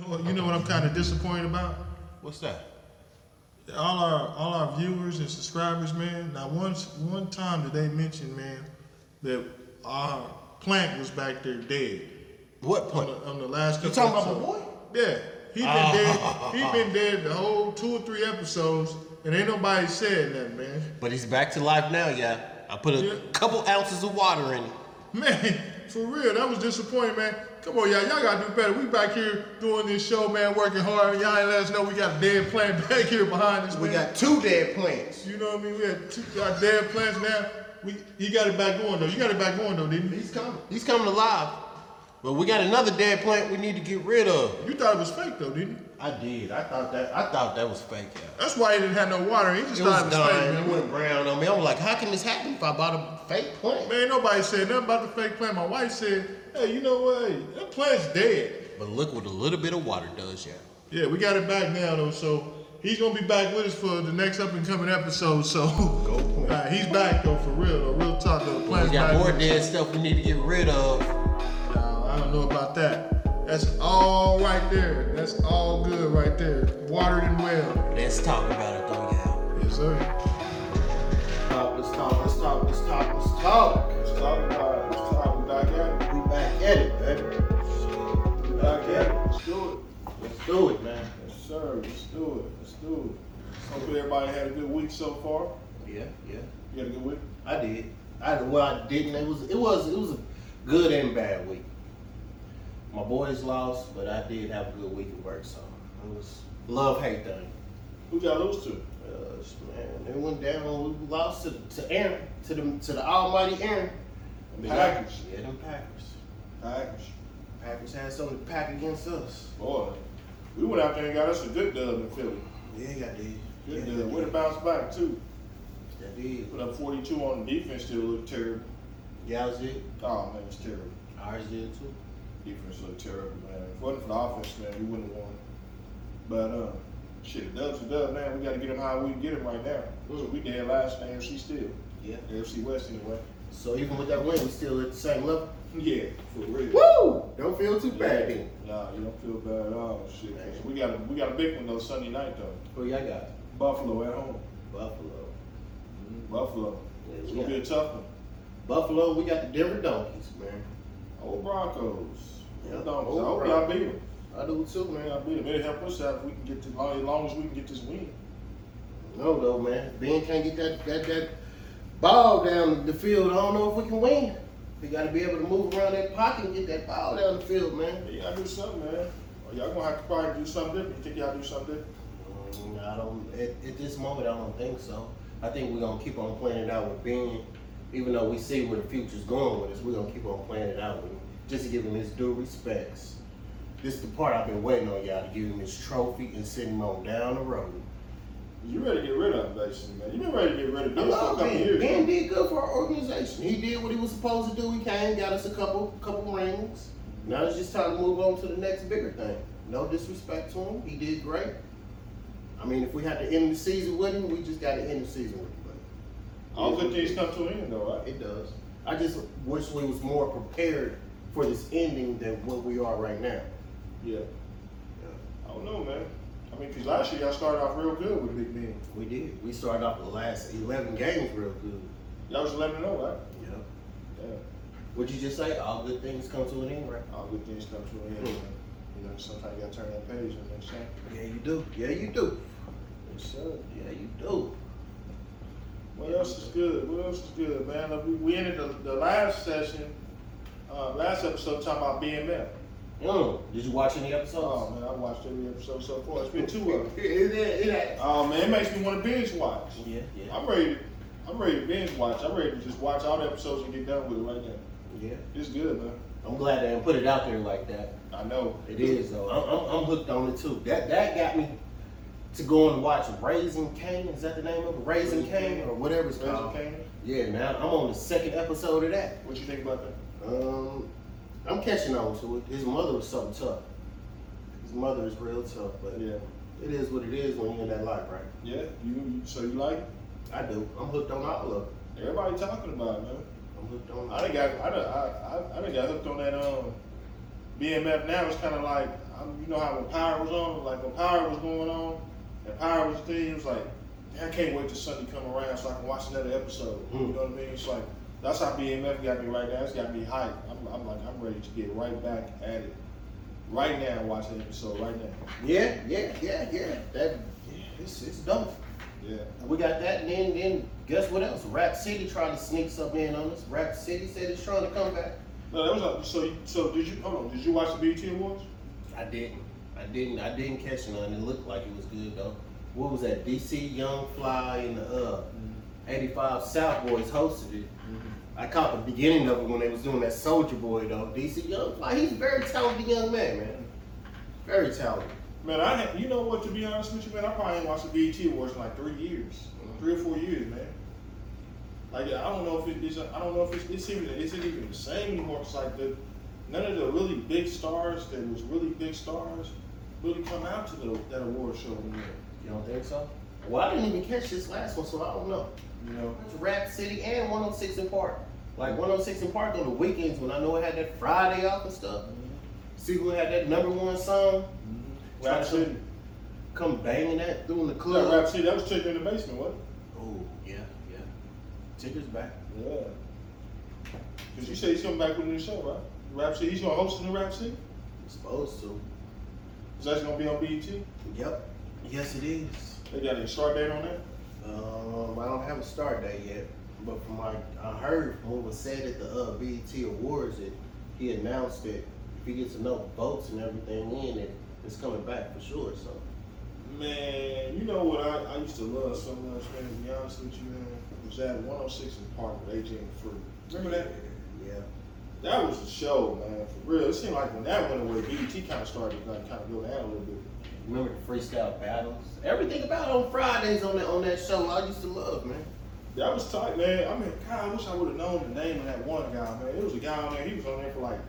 know what I'm kind of disappointed about? What's that? All our all our viewers and subscribers, man. Now once one time did they mention, man, that our plant was back there dead What on point? the, on the last. You couple talking about my episodes. boy? Yeah, he been dead. He been dead the whole two or three episodes, and ain't nobody said nothing, man. But he's back to life now, yeah. I put a Yeah. couple ounces of water in it. Man, for real, that was disappointing, man. Come on, y'all, y'all gotta do better. We back here doing this show, man, working hard. Y'all ain't let us know we got a dead plant back here behind us, We man. got two dead plants. you know what I mean? We had two got dead plants now. We he got it back going though. You got it back going though, didn't you? He's coming. He's coming alive. But we got another dead plant we need to get rid of. You thought it was fake though, didn't you? I did. I thought that. I thought that was fake, yeah. That's why he didn't have no water. He just It thought was it was fake, dying. It man. went brown on me. I was like, how can this happen if I bought a fake plant? Man, ain't nobody said nothing about the fake plant. My wife said, hey, you know what? Hey, that plant's dead. But look what a little bit of water does, yeah. Yeah, we got it back now though, so he's gonna be back with us for the next up and coming episode. So point. Alright, he's back though for real, though. real talk though. We Plans got back. more dead stuff we need to get rid of. Nah, I don't know about that. That's all right there. That's all good right there. Watered and well. Let's talk about it though, yeah. Yes, sir. Talk, let's talk. Let's talk. Let's talk. Let's talk. Let's talk about it. Let's talk about that. We back at it, baby. We back at it. Let's do it. Let's do it, man. Yes, sir. Let's do it. Let's do it. Hopefully everybody had a good week so far. Yeah, yeah. You had a good week? I did. I well, I didn't. It was it was it was a good and bad week. My boys lost, but I did have a good week at work. So it was love hate thing. Who got lose to? Uh, man, they went down. We lost to, to Aaron, to the to the Almighty Aaron. Packers. Yeah, them Packers. Packers. Packers had something to pack against us. Boy. We went out there and got us a good dub in Philly. Yeah, I did. Good yeah, dub. Way to bounce back too. I did. Put up 42 on the defense, still looked terrible. Yeah, I did. Oh man, it's terrible. Ours did too. Defense looked terrible, man. If it wasn't for the offense, man, we wouldn't have won. But um, shit, dubs a dub, man. We got to get them how we can get them right now. So we dead last in the AFC still. Yeah. AFC West anyway. So even with that win, we still at the same level. Yeah, for real. Woo! Don't feel too bad then. Nah, you don't feel bad at all. Shit, 'cause we got a we got a big one though Sunday night though. Who y'all got? Buffalo at home. Buffalo. Buffalo. Yeah, It's Mm-hmm. we gonna be got a tough one. Buffalo, we got the Denver Donkeys, man. Old Broncos. Yeah, Old Broncos. old I hope y'all Broncos. beat them. I do too, Man, man. y'all beat them. It'll help us out if we can get this. As long as we can get this win. No, though, man. Ben can't get that that that ball down the field. I don't know if we can win. We got to be able to move around that pocket and get that ball down the field, man. Hey, y'all do something, man. Or y'all gonna have to probably do something different. You think y'all do something different? Mm, I don't. At, at this moment, I don't think so. I think we're gonna keep on playing it out with Ben, even though we see where the future's going with us. We're gonna keep on playing it out with him, just to give him his due respects. This is the part I've been waiting on y'all to give him his trophy and send him on down the road. You ready to get rid of him, basically, man. You've been ready to get rid of I this for a love couple Ben. years. Ben did good for our organization. He did what he was supposed to do. He came, got us a couple couple rings. Now it's just time to move on to the next bigger thing. No disrespect to him. He did great. I mean, if we had to end the season with him, we just got to end the season with him. All good things come to an end, though, But right? it does. I just wish we was more prepared for this ending than what we are right now. Yeah. I don't know, man. I mean, because last year y'all started off real good with Big Ben. We did. We started off the last 11 games real good. Y'all was 11 0, right? Yeah. Yeah. Would you just say all good things come to an end, right? All good things come to an end, man. You know, sometimes you gotta turn that page and that's it. Yeah, you do. Yeah, you do. Yes, sir. Yeah, you do. What else is good? What else is good, man? Look, We, we ended the, the last session, uh, last episode, talking about BMF. Mm. Did you watch any Oh, episodes? man, I watched every episode so far. Oh, It's been two of them. It- it- it- Oh man, it makes me want to binge watch. Yeah, yeah, I'm ready. I'm ready to binge watch. I'm ready to just watch all the episodes and get done with it right now. yeah. It's good, man. I'm glad they didn't put it out there like that. I know. It is though. I'm, I'm, I'm hooked on it too. That that got me to go and watch Raising Cain. Is that the name of it? Raising Cain or whatever it's Raising called? Cain. Yeah. Now I'm on the second episode of that. What you think about that? Um, I'm catching on to it. His mother was something tough. His mother is real tough, but Yeah. it is what it is when you're in that life, right? Yeah. You. you- So you like? it? I do. I'm hooked on all of it. Everybody talking about it, man. I'm hooked on. all I of it. done got. I done, I, I, I done got hooked on that. Um, BMF now It's kind of like I I'm, you know how when power was on, like when power was going on, and power was there, it was like, "Man, I can't wait till Sunday come around so I can watch another episode. You Mm. know what I mean? It's like that's how BMF got me right now. It's got me hyped. I'm, I'm like, I'm ready to get right back at it. Right now, watch the episode right now. Yeah, yeah, yeah, yeah. That yeah, it's it's dope. Yeah. We got that, and then then guess what else? Rap City trying to sneak something in on us. Rap City said it's trying to come back. No, that was a, so. you- So did you? Hold on. Did you watch the BET Awards? I didn't. I didn't. I didn't catch none. It looked like it was good though. What was that? DC Young Fly and the uh, 85 South Boys hosted it. I caught the beginning of it when they was doing that Soldier Boy though. DC Young Fly, he's a very talented young man, man. Very talented. Man, I had, you know what? To be honest with you, man, I probably ain't watched the BET Awards in like three years, three or four years, man. Like I don't know if it is. I don't know if it's, it's even. Is it even the same anymore? It's like the none of the really big stars that was really big stars really come out to the, that award show anymore. You don't think so? Well, I didn't even catch this last one, so I don't know. You know. It's Rap City and 106 in Park. Like 106 in Park on the weekends when I know it had that Friday off and stuff. See who had that number one song? Rap City. Come banging that through in the club. Rap City. That was taken in the basement, wasn't it? Oh, yeah, yeah. Tickers back. Yeah. Cause you said he's coming back with a new show, right? Rap City. He's gonna host a new Rap City. Supposed to. Is that gonna be on BET? Yep. Yes, it is. They got a start date on that. Um, I don't have a start date yet, but from my, I heard from what was said at the uh, BET Awards that he announced that if he gets enough votes and everything in, that it's coming back for sure. So Man, you know what I, I used to love so much, man, to be honest with you, man, was that 106 in Park with AJ and Free. Remember that? Yeah. That was a show, man, for real. It seemed like when that went away, BET kind of started to like, kind of go down a little bit. Remember the freestyle battles? Everything about on Fridays on that on that show I used to love, man. That was tight, man. I mean, God, I wish I would have known the name of that one guy, man. It was a guy on there, he was on there for like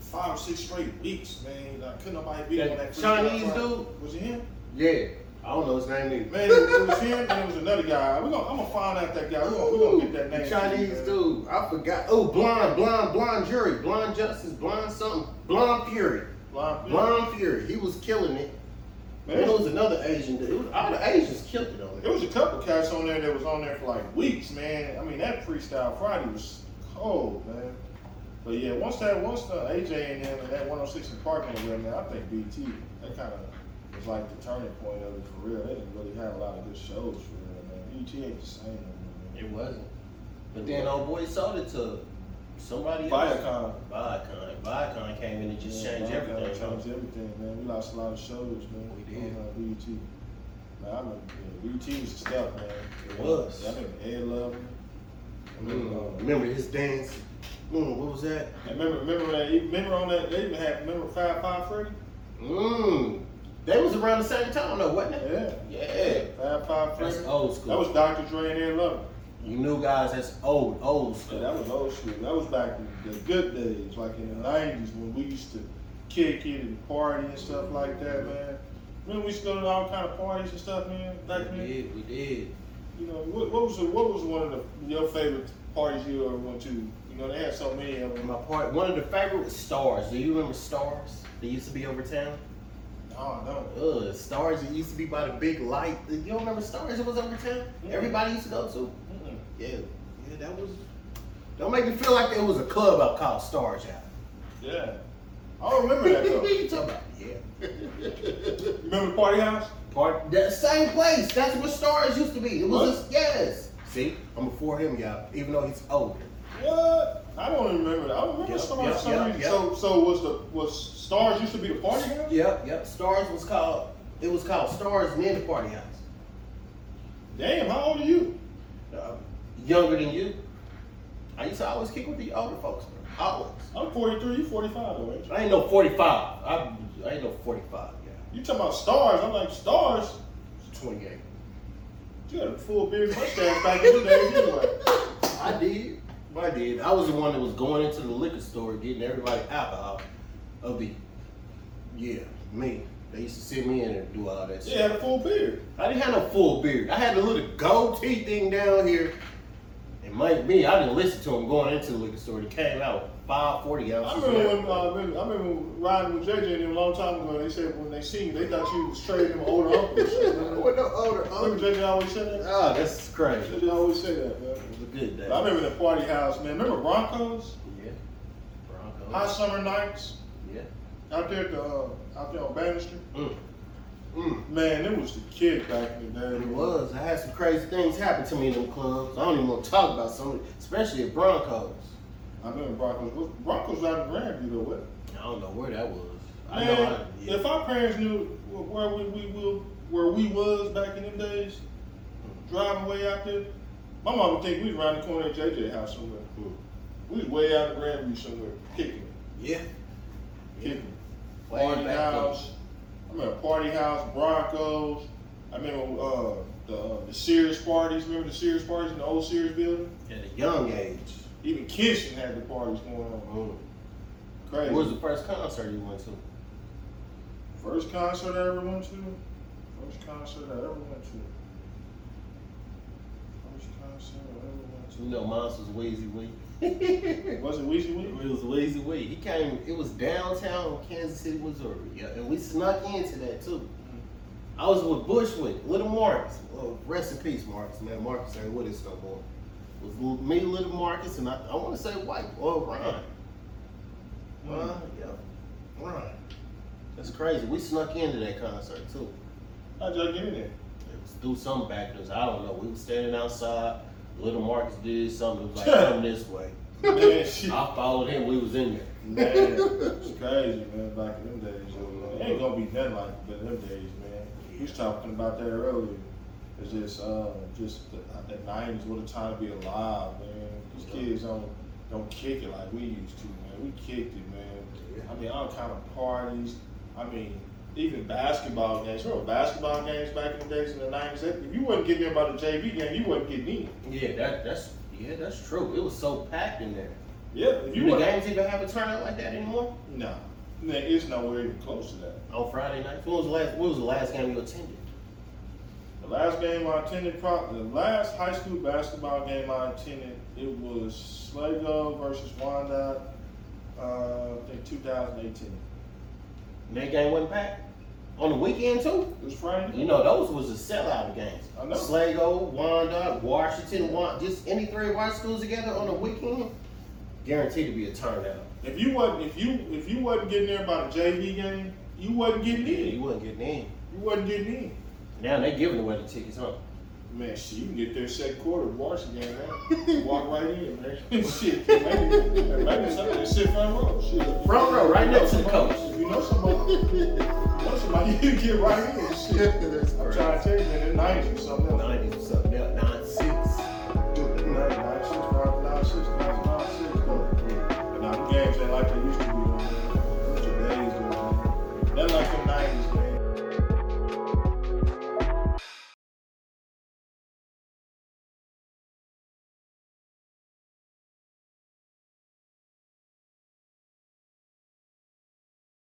five or six straight weeks, man. Like, couldn't nobody beat him on that That freestyle Chinese fight. dude? Was it him? Yeah. I don't know his name either. Man, it was him and it was another guy. We're gonna, I'm gonna find out that guy. We're gonna, we gonna get that name. The Chinese man. dude. I forgot. Oh, blonde, blonde, blonde jury, blonde justice, blonde something, blonde fury, Blind Fury. blonde fury. He was killing it. Man, Man, it was another Asian dude. It was, all the Asians killed it on There it. was a couple cats on there that was on there for like weeks, man. I mean, that freestyle Friday was cold, man. But yeah, once that once the AJ and them and that 106 and Park went in there, I think BT that kind of was like the turning point of it for real. They didn't really have a lot of good shows for real, man. BT ain't the same. no more, man. It wasn't. But then old boy sold it to somebody else. Viacom. Viacom. Viacom came in and just Yeah, changed Viacom everything. huh? Changed everything, man. We lost a lot of shows, man. We did. On uh, BT. Man, I remember yeah, BT was the stuff, man. It was. Yeah, I remember Ed Lover. I remember, uh, Mm, Remember his dance? Mm, what was that? And remember, remember that. e, Remember on that. They even had remember five five Freddy. Mmm. They was around the same time though, wasn't it? Yeah, Yeah. five five Freddy. That's old school. That was Dr. Dre and Ed Lover. you new guys, that's old, old Yeah, school. that was old school. That was back in the good days, like in the nineties when we used to kick it and party and stuff like that, man. Remember we used to go to all kind of parties and stuff, man. Back we then, did, we did. you know, what, what was the, what was one of the, your favorite parties you ever went to? You know, they had so many of them. My part one of the favorite was Stars. Do you remember Stars? They used to be over town? Oh no, Ugh, Stars it used to be by the big light. You don't remember Stars it was over town? Mm. Everybody used to go to. Mm-mm. Yeah. Yeah, that was don't make me feel like it was a club I called Stars out. yeah, I don't remember that though. What you you talking about? Yeah. remember the party house? Part that same place. That's what stars used to be. It was What? just yes. See, I'm before him, y'all. Even though he's older. What? I don't even remember that. I remember Yep, somebody yep, some yep, reason- yep. So so was the was stars used to be the party house? Yep, yep. Stars was called. It was called Stars and then the Party House. Damn, how old are you? Uh, younger than you. I used to always kick with the older folks, bro. Always. I'm 43, you 45 though, ain't you? I ain't no 45. I, I ain't no 45. Yeah, You talking about stars. I'm like, stars? 28. You had a full beard and mustache back in the day anyway. I did. I did. I was the one that was going into the liquor store getting everybody alcohol of the. Yeah, me. They used to sit me in and do all that shit. You had a full beard. I didn't have no full beard. I had the little goatee thing down here. And Mike B, I didn't listen to him going into the liquor store. He came out five, forty I ounces. of remember when everything. uh, really- I remember riding with JJ and them a long time ago. They said when they seen you, they thought you was trading them older uncles. With the older, remember older. JJ always said that. Oh, that's crazy. JJ always said that, man. It was a good day. I remember the party house, man. Remember Broncos? Yeah. Broncos. Hot summer nights Yeah. out there at the uh, out there on Bannister. Mm. Man, it was the kid back in the day. It was. I had some crazy things happen to me in them clubs. I don't even want to talk about some, of it, especially at Broncos. I remember Broncos. Broncos out in Grandview though, wasn't it? I don't know where that was. I know. Man, I, yeah. if our parents knew wh- where we, we will, where we was back in them days, driving way out there, my mom would think we was around the corner at JJ house somewhere. Hmm. We was way out in Grandview somewhere, kicking, it, yeah. kicking. it. Way Party back then. house. I remember party house, Broncos. I remember uh, the uh, the Sears parties. Remember the Sears parties in the old Sears building? At a young age. Even Kitchen had the parties going on. Mm. Crazy. What was the first concert you went to? First concert I ever went to. First concert I ever went to. First concert I ever You know, mine was Wheezy Week. went to. it Was it Weezy Week? was Wheezy Week. He came. It was downtown Kansas City, Missouri. Yeah, and we snuck into that too. I was with Bushwick, Little Marcus. Well, rest in peace, Marcus. Man, Marcus ain't with us no more. It was Lil- me, Little Marcus, and I, I want to say White or Ron. Ron, yeah, Ron. That's crazy. We snuck into that concert too. How'd y'all get in there? It was through some backdoors. I don't know. We was standing outside. Little Marcus did something. It was like come this way. Man, shit. I followed him. We was in there. Man, it's crazy, man. Back in them days, man. It ain't gonna be nothing like in them days, man. We was talking about that earlier. It's just, uh, just the, the '90s. What a time to be alive, man. These kids don't don't kick it like we used to, man. We kicked it, man. I mean, all kind of parties. I mean, even basketball games. Remember basketball games back in the days in the nineties? If you wasn't getting there by the JV game, you wasn't getting in. Yeah, that that's yeah, that's true. It was so packed in there. Yeah, if you Do the wasn't. games even have a turnout like that anymore? No, Nah, it's nowhere even close to that. On Friday nights. When was the last? When was the last game you attended? The last game I attended, pro- the last high school basketball game I attended, it was Sligo versus Wyandotte, uh, I think 2018. And that game wasn't packed. On the weekend too. It was Friday. You know those was the sellout games. I know. Sligo, Wyandotte, Washington, Wa- just any three white schools together on the weekend, guaranteed to be a turnout. If you wasn't, if you if you wasn't getting there by the JV game, you wasn't getting Yeah, you in. wasn't getting in. You wasn't getting in. Now they giving away the tickets, huh? Man, shit, you can get there second quarter, Washington game, man. Walk right in, man. shit, maybe, maybe something. Sit front row, shit. Front row, right next to the coach. If you know somebody, know somebody, you get right in, shit. I'm trying to tell you, man, nineties or something. Nine, Nineties or something. Yeah, nine six. nine, six, five, nine, six, nine, five, six. though. And now the games ain't like they used to